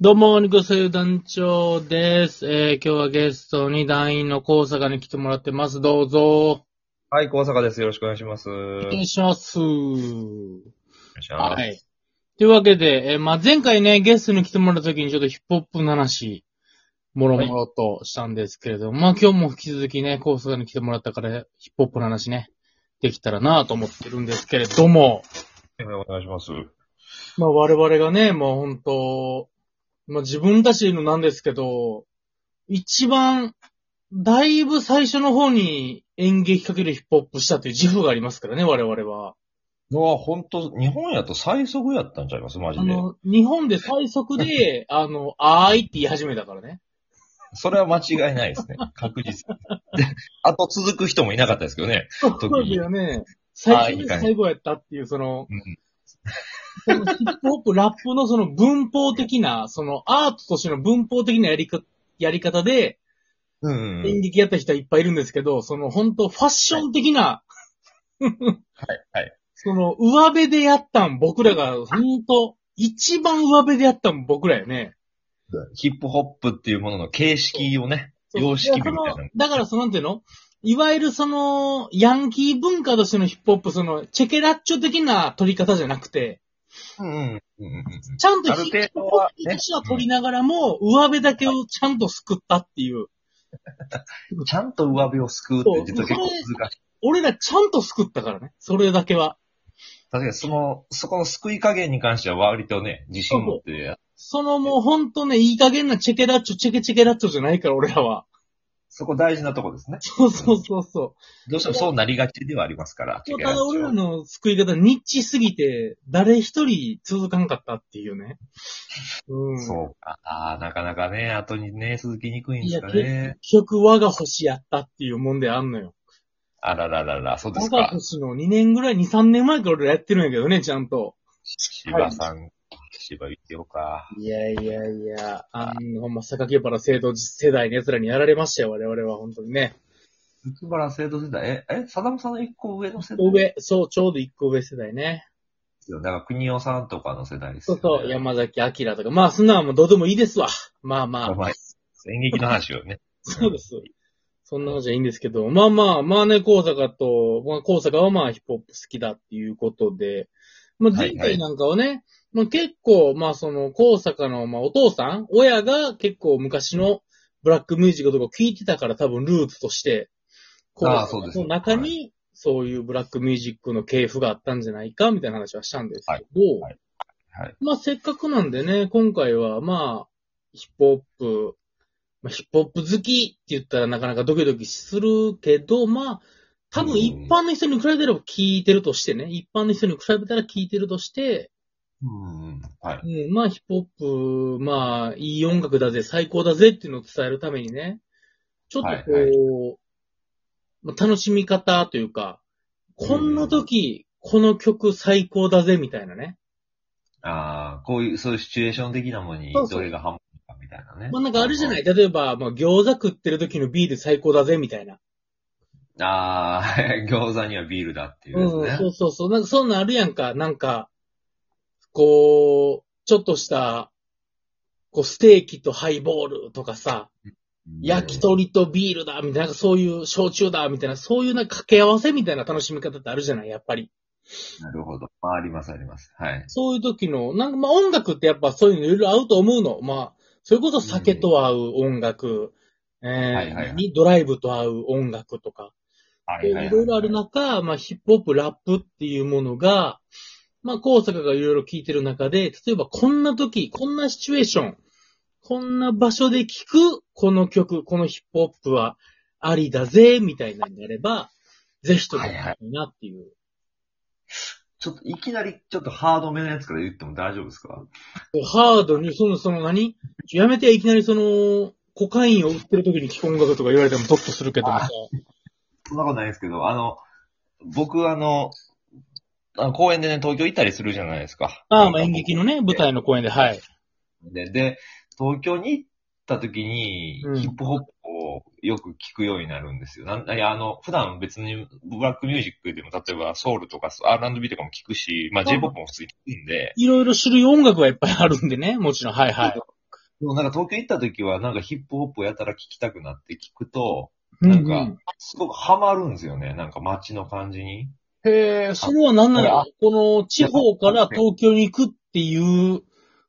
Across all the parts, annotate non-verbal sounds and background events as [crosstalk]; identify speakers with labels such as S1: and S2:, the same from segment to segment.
S1: どうも、肉声優団長です。えー、今日はゲストに団員の高坂に来てもらってます。どうぞ。
S2: はい、高坂です。よろしくお願いします。お
S1: お
S2: 願
S1: 願
S2: い
S1: いします。
S2: します。
S1: はい。というわけで、えーまあ、前回ね、ゲストに来てもらった時にちょっとヒップホップの話、もろもろとしたんですけれども、まあ、今日も引き続きね、高坂に来てもらったから、ヒップホップの話ね、できたらなと思ってるんですけれども、
S2: お願いします。
S1: まあ我々がね、もう本当、まあ自分たちのなんですけど、一番、だいぶ最初の方に演劇かけるヒップホップしたという自負がありますからね、我々は。
S2: うわ、ほんと、日本やと最速やったんちゃいますマジ
S1: あ
S2: で。
S1: の、日本で最速
S2: [laughs]
S1: で、あの、あーいって言い始めたからね。
S2: それは間違いないです
S1: [laughs]
S2: ね。確実に。 [laughs] であと続く人もいなかったですけどね。
S1: そう
S2: 特
S1: だ
S2: に
S1: よね。最
S2: あー
S1: 初
S2: い
S1: で
S2: かん
S1: 最後やったっていう、その、
S2: うん
S1: そのヒップホップ、ラップのその文法的な、そのアートとしての文法的なやりか、やり方で、
S2: うんうん。
S1: 演劇やった人はいっぱいいるんですけど、その本当ファッション的な、
S2: はい、はい。
S1: その上辺でやったん僕らが、本当一番上辺でやったん僕らよね。
S2: ヒップホップっていうものの形式をね、
S1: そう
S2: 様式美みたい
S1: そ
S2: な
S1: の。だからそのなんていうのいわゆるその、ヤンキー文化としてのヒップホップ、その、チェケラッチョ的な取り方じゃなくて、
S2: うんうんうんうんうん。
S1: ちゃんと
S2: ある
S1: ヒ
S2: 程
S1: ップ
S2: 度
S1: ホッ
S2: は
S1: プ
S2: ね
S1: としては取りながらも、上辺だけをちゃんと救ったっていう。
S2: ちゃんと上辺を救うって実は結構難しい。
S1: 俺らちゃんと救ったからね。それだけは。
S2: 確かにその、そこの救い加減に関しては割とね、自信持って、
S1: そのもうほんとね、いい加減なチェケラッチョ、チェケチェケラッチョじゃないから、俺らは。
S2: そこ大事なとこですね。
S1: そうそうそうそ
S2: どうしてもそうなりがちではありますから。
S1: う。もうただ俺らの救い方、ニッチすぎて、誰一人続かんかったっていうね。うん。
S2: そうか。ああ、なかなかね、後にね、続きにくいんで
S1: い
S2: す
S1: や、
S2: か
S1: 結
S2: ね。
S1: 局我が星やったっていうもんであんのよ。
S2: あらららら、そうで
S1: 我
S2: す
S1: が
S2: か。
S1: 星の2年ぐらい、2、3年前から俺らやってるんやけどね、ちゃんと。
S2: 芝さん、芝行ってようか。
S1: いやいやいや、あの、ほんま、榊原生徒世代の奴らにやられましたよ、我々は、本当にね。
S2: 鈴原生徒世代、え、え、さだまさんの一個上の世代
S1: 上、
S2: で
S1: そう、ちょうど1個上世代ね。
S2: すよ。だから、国尾さんとかの世代です
S1: そ
S2: よ
S1: う
S2: ね。
S1: そう、山崎明とか。まあ、そんなんはもうどうでもいいですわ。まあまあ
S2: お。前演劇の話をね。
S1: そうです。そんなのじゃいいんですけど、まあまあ、まあね、高坂と、まあ高坂はまあヒップホップ好きだっていうことで、まあ
S2: は
S1: 前
S2: い
S1: 回なんかはね、まあ結構、まあその高坂のまあお父さん、親が結構昔のブラックミュージックとか聞いてたから多分ルーツとして、高
S2: ああ
S1: 坂
S2: そうです
S1: の中に、そういうブラックミュージックの系譜があったんじゃないか、みたいな話はしたんですけど、
S2: はいはい。
S1: まあ、せっかくなんでね、今回は、まあ、ヒップホップ、まあ、ヒップホップ好きって言ったらなかなかドキドキするけど、まあ、多分
S2: うん
S1: 一般の人に比べれば聞いてるとしてね、一般の人に比べたら聞いてるとして、
S2: うん。はい。
S1: うん、まあヒップホップ、まあ、いい音楽だぜ、最高だぜっていうのを伝えるためにね、ちょっとこう、
S2: はいは
S1: まあ楽しみ方というか、こんな時、この曲最高だぜみたいなね。
S2: ああ、こういう、そういうシチュエーション的なものに、
S1: そうそう
S2: どれがハマるかみたいなね。
S1: まあなんかあるじゃない。例えば、まあ餃子食ってる時のビール最高だぜ、みたいな。
S2: ああ、餃子にはビール [laughs] だっていう
S1: う
S2: で
S1: ん
S2: す、ね。
S1: そうそうそう。なんかそんなんあるやんか。なんか、こう、ちょっとした、こう、ステーキとハイボールとかさ、焼き鳥とビールだ、みたいな、そういう焼酎だ、みたいな、そういうなんか掛け合わせみたいな楽しみ方ってあるじゃない、やっぱり。
S2: なるほど。まあ、あります、あります。はい。
S1: そういう時の、なんかまあ音楽ってやっぱそういうのいろいろ合うと思うの。まあ、それこそ酒と合う音楽、えー
S2: はいはいはい
S1: にドライブと合う音楽とか。
S2: はいはは
S1: ろいろある中、まあ、ヒップホップ、ラップっていうものが、まあ、高坂がいろいろ聞いてる中で、例えばこんな時、こんなシチュエーション、こんな場所で聞く、この曲、このヒップホップはありだぜ、みたいなんであれば、ぜひともいいなっていう。
S2: ちょっと、いきなり、ちょっとハードめのやつから言っても大丈夫ですか
S1: ハードに、その、その何やめていきなりその、コカインを売ってる時に聞く音楽とか言われてもドッとするけどもさ。
S2: そんなことないですけど、あの、僕、あの、あの公園でね、東京行ったりするじゃないですか。
S1: ああ、まあ演劇のね、舞台の公演で、はい。
S2: で。で、東京に行った時に
S1: うん、
S2: ヒップホップをよく聞くようになるんですよ。なんいや、あの、普段別にブラックミュージックでも、例えばソウルとか R&B とかも聞くし、まあ
S1: そう
S2: J-POP も普通に聞くんで、
S1: いろいろ種類音楽がいっぱいあるんでね、もちろん、はいはい。
S2: でもなんか東京行った時はなんかヒップホップやたら聞きたくなって聞くと、
S1: う
S2: なん
S1: う
S2: か、すごくハマるんですよね。なんか街の感じに。
S1: へえ、それは何なの
S2: あ
S1: この地方から東京に行くっていう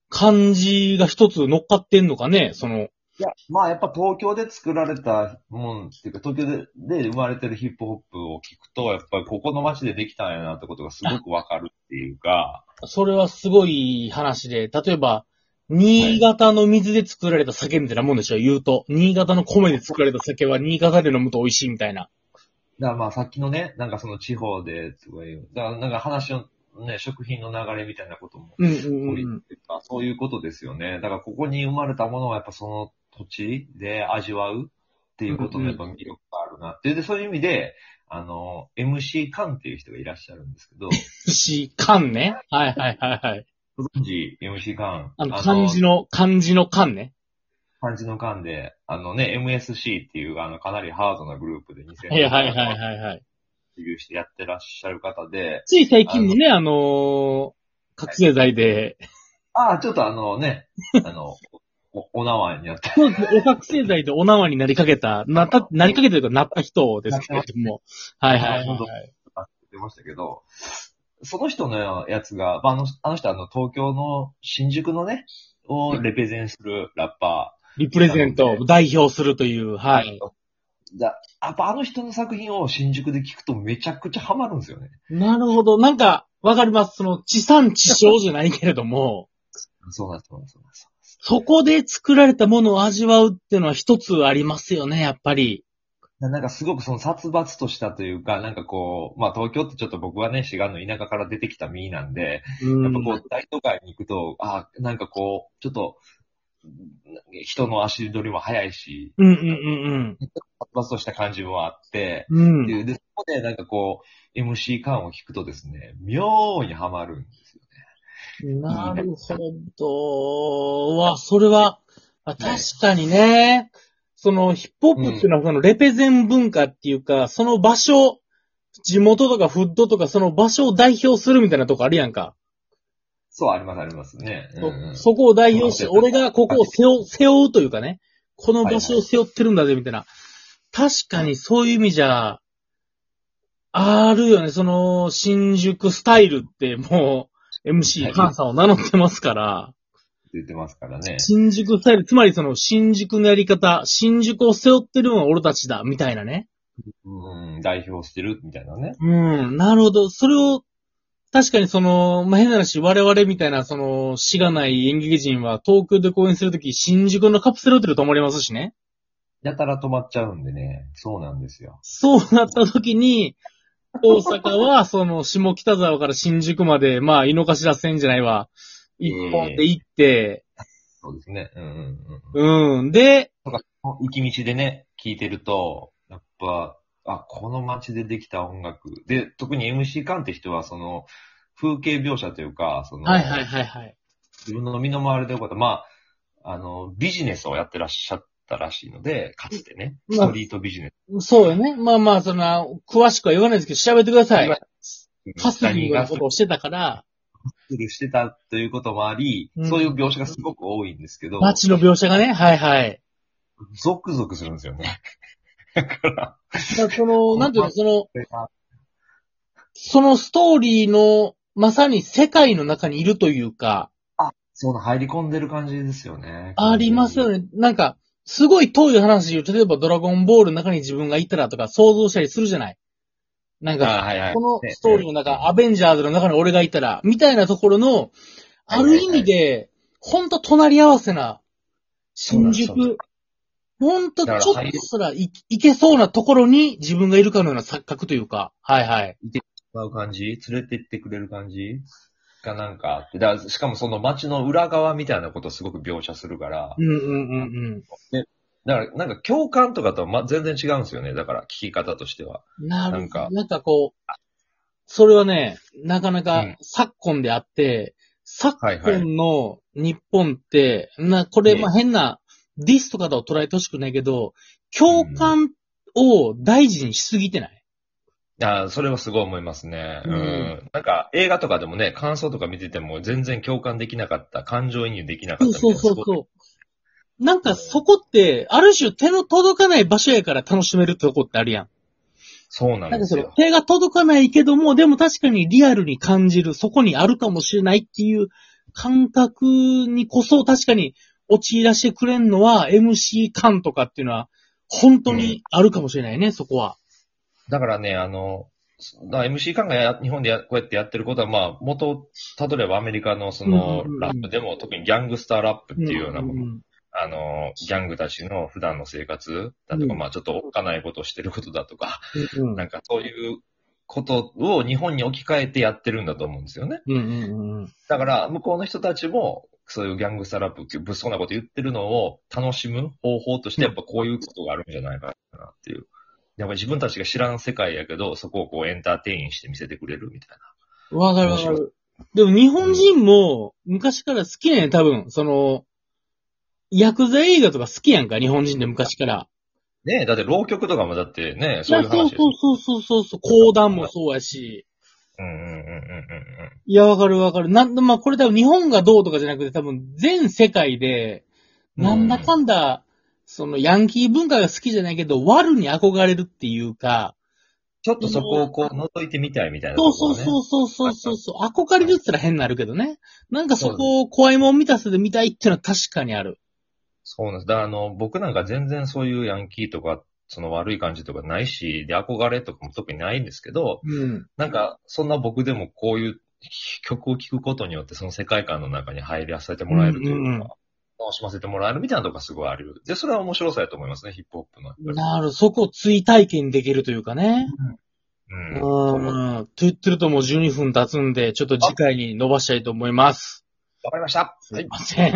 S1: 感じが一つ乗っかってんのかねその、
S2: いや、まあやっぱ東京で作られたもんっていうか、東京でで生まれてるヒップホップを聞くと、やっぱりここの街でできたんやなってことがすごくわかるっていうか、
S1: それはすごい話で、例えば、新潟の水で作られた酒みたいなもんでしょ言うと。新潟の米で作られた酒は新潟で飲むと美味しいみたいな。
S2: だからまあさっきのね、なんかその地方で、すごい、だからなんか話のね、食品の流れみたいなことも
S1: うんう
S2: うんん
S1: うん。
S2: そういうことですよね。だからここに生まれたものはやっぱその土地で味わうっていうことのやっぱ魅力があるなって。で、そういう意味で、あの、MC カンっていう人がいらっしゃるんですけど、
S1: 寿司、缶ね。はいはいはいはい。
S2: ご存知 MC カン。
S1: あの、漢字の、漢字の缶ね。
S2: 漢字のカンで、あのね、MSC っていうあのかなりハードなグループで2000
S1: はいはいはい
S2: い。
S1: はいはい。
S2: デビューしてやってらっしゃる方で、
S1: つい最近もね、あのー覚醒剤で、
S2: ああ、ちょっとあのね、あの、お、お縄になって、
S1: そうですね。お覚醒剤でお縄になりかけた、なった、なりかけてるかなった人ですけれども。はいはいはい、はい。
S2: 出ましたけど、その人のやつが、まあ、あのあの人はあの東京の新宿のね、をレペゼンするラッパ
S1: リプレゼントを代表するという、
S2: ー。
S1: はい。
S2: だやっぱあの人の作品を新宿で聞くとめちゃくちゃハマるんですよね。
S1: なるほど。なんか、わかります。その、地産地消じゃないけれども、
S2: そうなんです、そうなんですそうなんです。
S1: そこで作られたものを味わうっていうのは一つありますよね、やっぱり。
S2: なんかすごくその殺伐としたというか、なんかこう、まあ東京ってちょっと僕はね、滋賀の田舎から出てきた身なんで、
S1: う
S2: やっ
S1: ん
S2: ぱこう大都会に行くと、ああ、なんかこう、ちょっと、人の足取りも早いし、
S1: うんうん
S2: 殺伐とした感じもあって、
S1: うんうん。
S2: って
S1: うん。
S2: いう、で、そこでなんかこう、MC 感を聞くとですね、妙にハマるんですよね。
S1: なるほど。うわ、それは、あ確かにね、そのヒップホップっていうのは、そのレペゼン文化っていうか、その場所、地元とかフッドとか、その場所を代表するみたいなとこあるやんか。
S2: そう、あります、ありますね。うんうん
S1: そそこを代表して、
S2: そう
S1: 俺がここを背負う、背負うというかね、この場所を背負ってるんだぜ、みたいな。確かにそういう意味じゃ、あるよね、その、新宿スタイルってもう、
S2: は
S1: MC
S2: い
S1: カンさんを名乗ってますから。
S2: 言ってますからね。
S1: 新宿スタイル、つまりその新宿のやり方、新宿を背負ってるのは俺たちだ、みたいなね。
S2: うん、代表してるみたいなね。
S1: うん、なるほど。それを、確かにその、まあ、変な話、我々みたいな、その、死がない演劇人は東京で公演するとき、新宿のカプセルホテル泊まりますしね。
S2: やたら止まっちゃうんでね。そうなんですよ。
S1: そうなったときに、大阪 [laughs] は、その、下北沢から新宿まで、まあ、井の頭線じゃないわ。一本で行って、
S2: そうですね。うんうんうん。
S1: うん。で、
S2: この行き道でね、聞いてると、やっぱ、あ、この街でできた音楽。で、特に MC 感って人は、その、風景描写というか、その、
S1: はいはいはいはい。
S2: 自分の身の回りで起こった、まあ、あの、ビジネスをやってらっしゃったらしいので、かつてね、
S1: まあ
S2: ストリートビジネス。
S1: そうよね。まあまあ、そんな、詳しくは言わないですけど、調べてください。稼ぎの
S2: が
S1: ことをしてたから、
S2: してたということもあり、
S1: うん
S2: そういう描写がすごく多いんですけど、
S1: 街の描写がね、はいはい。
S2: ゾクゾクするんですよね。 [laughs] だから、
S1: だからその、なんていうの、その、
S2: これが
S1: そのストーリーの、まさに世界の中にいるというか、
S2: その入り込んでる感じですよね。
S1: ありますよ
S2: ね。
S1: ね。なんか、すごい遠い話で言うと、例えばドラゴンボールの中に自分がいたらとか想像したりするじゃない。なんか、
S2: あはいはい
S1: このストーリーの
S2: ね
S1: 中、アベンジャーズの中に俺がいたら、みたいなところの、ある意味で、ほんと隣り合わせな、新
S2: そうなんで
S1: 宿、ほんとちょ
S2: だ
S1: っ
S2: から
S1: とすらいいけそうなところに自分がいるかのような錯覚というか、はいはい。
S2: 買う感じ連れてってくれる感じがなんかあって、だからしかもその街の裏側みたいなことをすごく描写するから
S1: う、んうんうん
S2: だからなんか共感とかとはま全然違うんですよね。だから聞き方としては。
S1: うん。な
S2: な
S1: るほ
S2: ん
S1: ど
S2: か。
S1: なんかこう、それはね、なかな
S2: う
S1: か
S2: ん
S1: 昨今であって、昨
S2: はいはい
S1: 今の日本って、な、これ、
S2: ね
S1: まあ変なディスとかとは捉えてほしくないけど、共感を大事にしすぎてない
S2: ああ、それはすごい思いますね。うん。
S1: うん
S2: なんか映画とかでもね、感想とか見てても全然共感できなかった、感情移入できなか
S1: そ
S2: っ
S1: う
S2: たみたい
S1: そう
S2: な。
S1: そう
S2: すごい
S1: そう。なんかそこって、ある種手の届かない場所やから楽しめるとこってあるやん。
S2: そう
S1: な
S2: なん
S1: ん
S2: で
S1: か
S2: す
S1: その
S2: よ。
S1: 手が届かないけども、でも確かにリアルに感じる、そこにあるかもしれないっていう感覚にこそ確かに陥らせてくれんのは MC 感とかっていうのは本当にあるかもしれないね、そこは。
S2: だからね、あの、だから MC 官がや日本でやこうやってやってることは、まあ、元、例えばアメリカのその
S1: うんうんうん
S2: ラップでも、特にギャングスターラップっていうようなもの、
S1: ん
S2: あの、ギャングたちの普段の生活だとか、
S1: うん
S2: まあ、ちょっとおっかないことをしてることだとか、
S1: うんうん
S2: なんかそういうことを日本に置き換えてやってるんだと思うんですよね。
S1: うんうんうん
S2: だから、向こうの人たちも、そういうギャングスターラップ、物騒なこと言ってるのを楽しむ方法として、やっぱこういうことがあるんじゃないかなっていう。やっぱり自分たちが知らん世界やけど、そこをこうエンターテインして見せてくれるみたい
S1: わかるわかる。でも日本人も昔から好きやね、多分。その、ヤクザ映画とか好きやんか、日本人で昔から。
S2: な。ねえ、だって浪曲とかもだってね、
S1: い
S2: そう
S1: や
S2: いう
S1: そう
S2: 話です。
S1: そうそうそうそうそう、講談もそうやし。
S2: うんうんうんうんうん
S1: いや、わかるわかる。なんまあこれ多分日本がどうとかじゃなくて、多分全世界で、
S2: うん
S1: なんだかんだ、そのヤンキー文化が好きじゃないけど、悪に憧れるっていうか、
S2: ちょっとそこをこう覗いてみたいみたいな
S1: そう
S2: と
S1: そ
S2: こ
S1: う
S2: ろ、ね。
S1: そうそうそうそうそう、憧れるって言ったら変になるけどね。なんかそこを怖いもん見たせで見たいっていうのは確かにある。
S2: そうなんです。だからあの、僕なんか全然そういうヤンキーとか、その悪い感じとかないし、で、憧れとかも特にないんですけど、
S1: うん。
S2: なんか、そんな僕でもこういう曲を聴くことによって、その世界観の中に入らせてもらえるというか、
S1: うんうんうん
S2: 楽しませてもらえるみたいなとこがすごいある。で、それは面白さやと思いますね、ヒップホップの。
S1: なるほど、そこを追体験できるというかね。
S2: う
S1: う
S2: ん。
S1: ん。
S2: と思う
S1: と言ってるともう12分経つんで、ちょっと次回に伸ばしたいと思います。
S2: わかりました。は
S1: す
S2: い
S1: い。ません。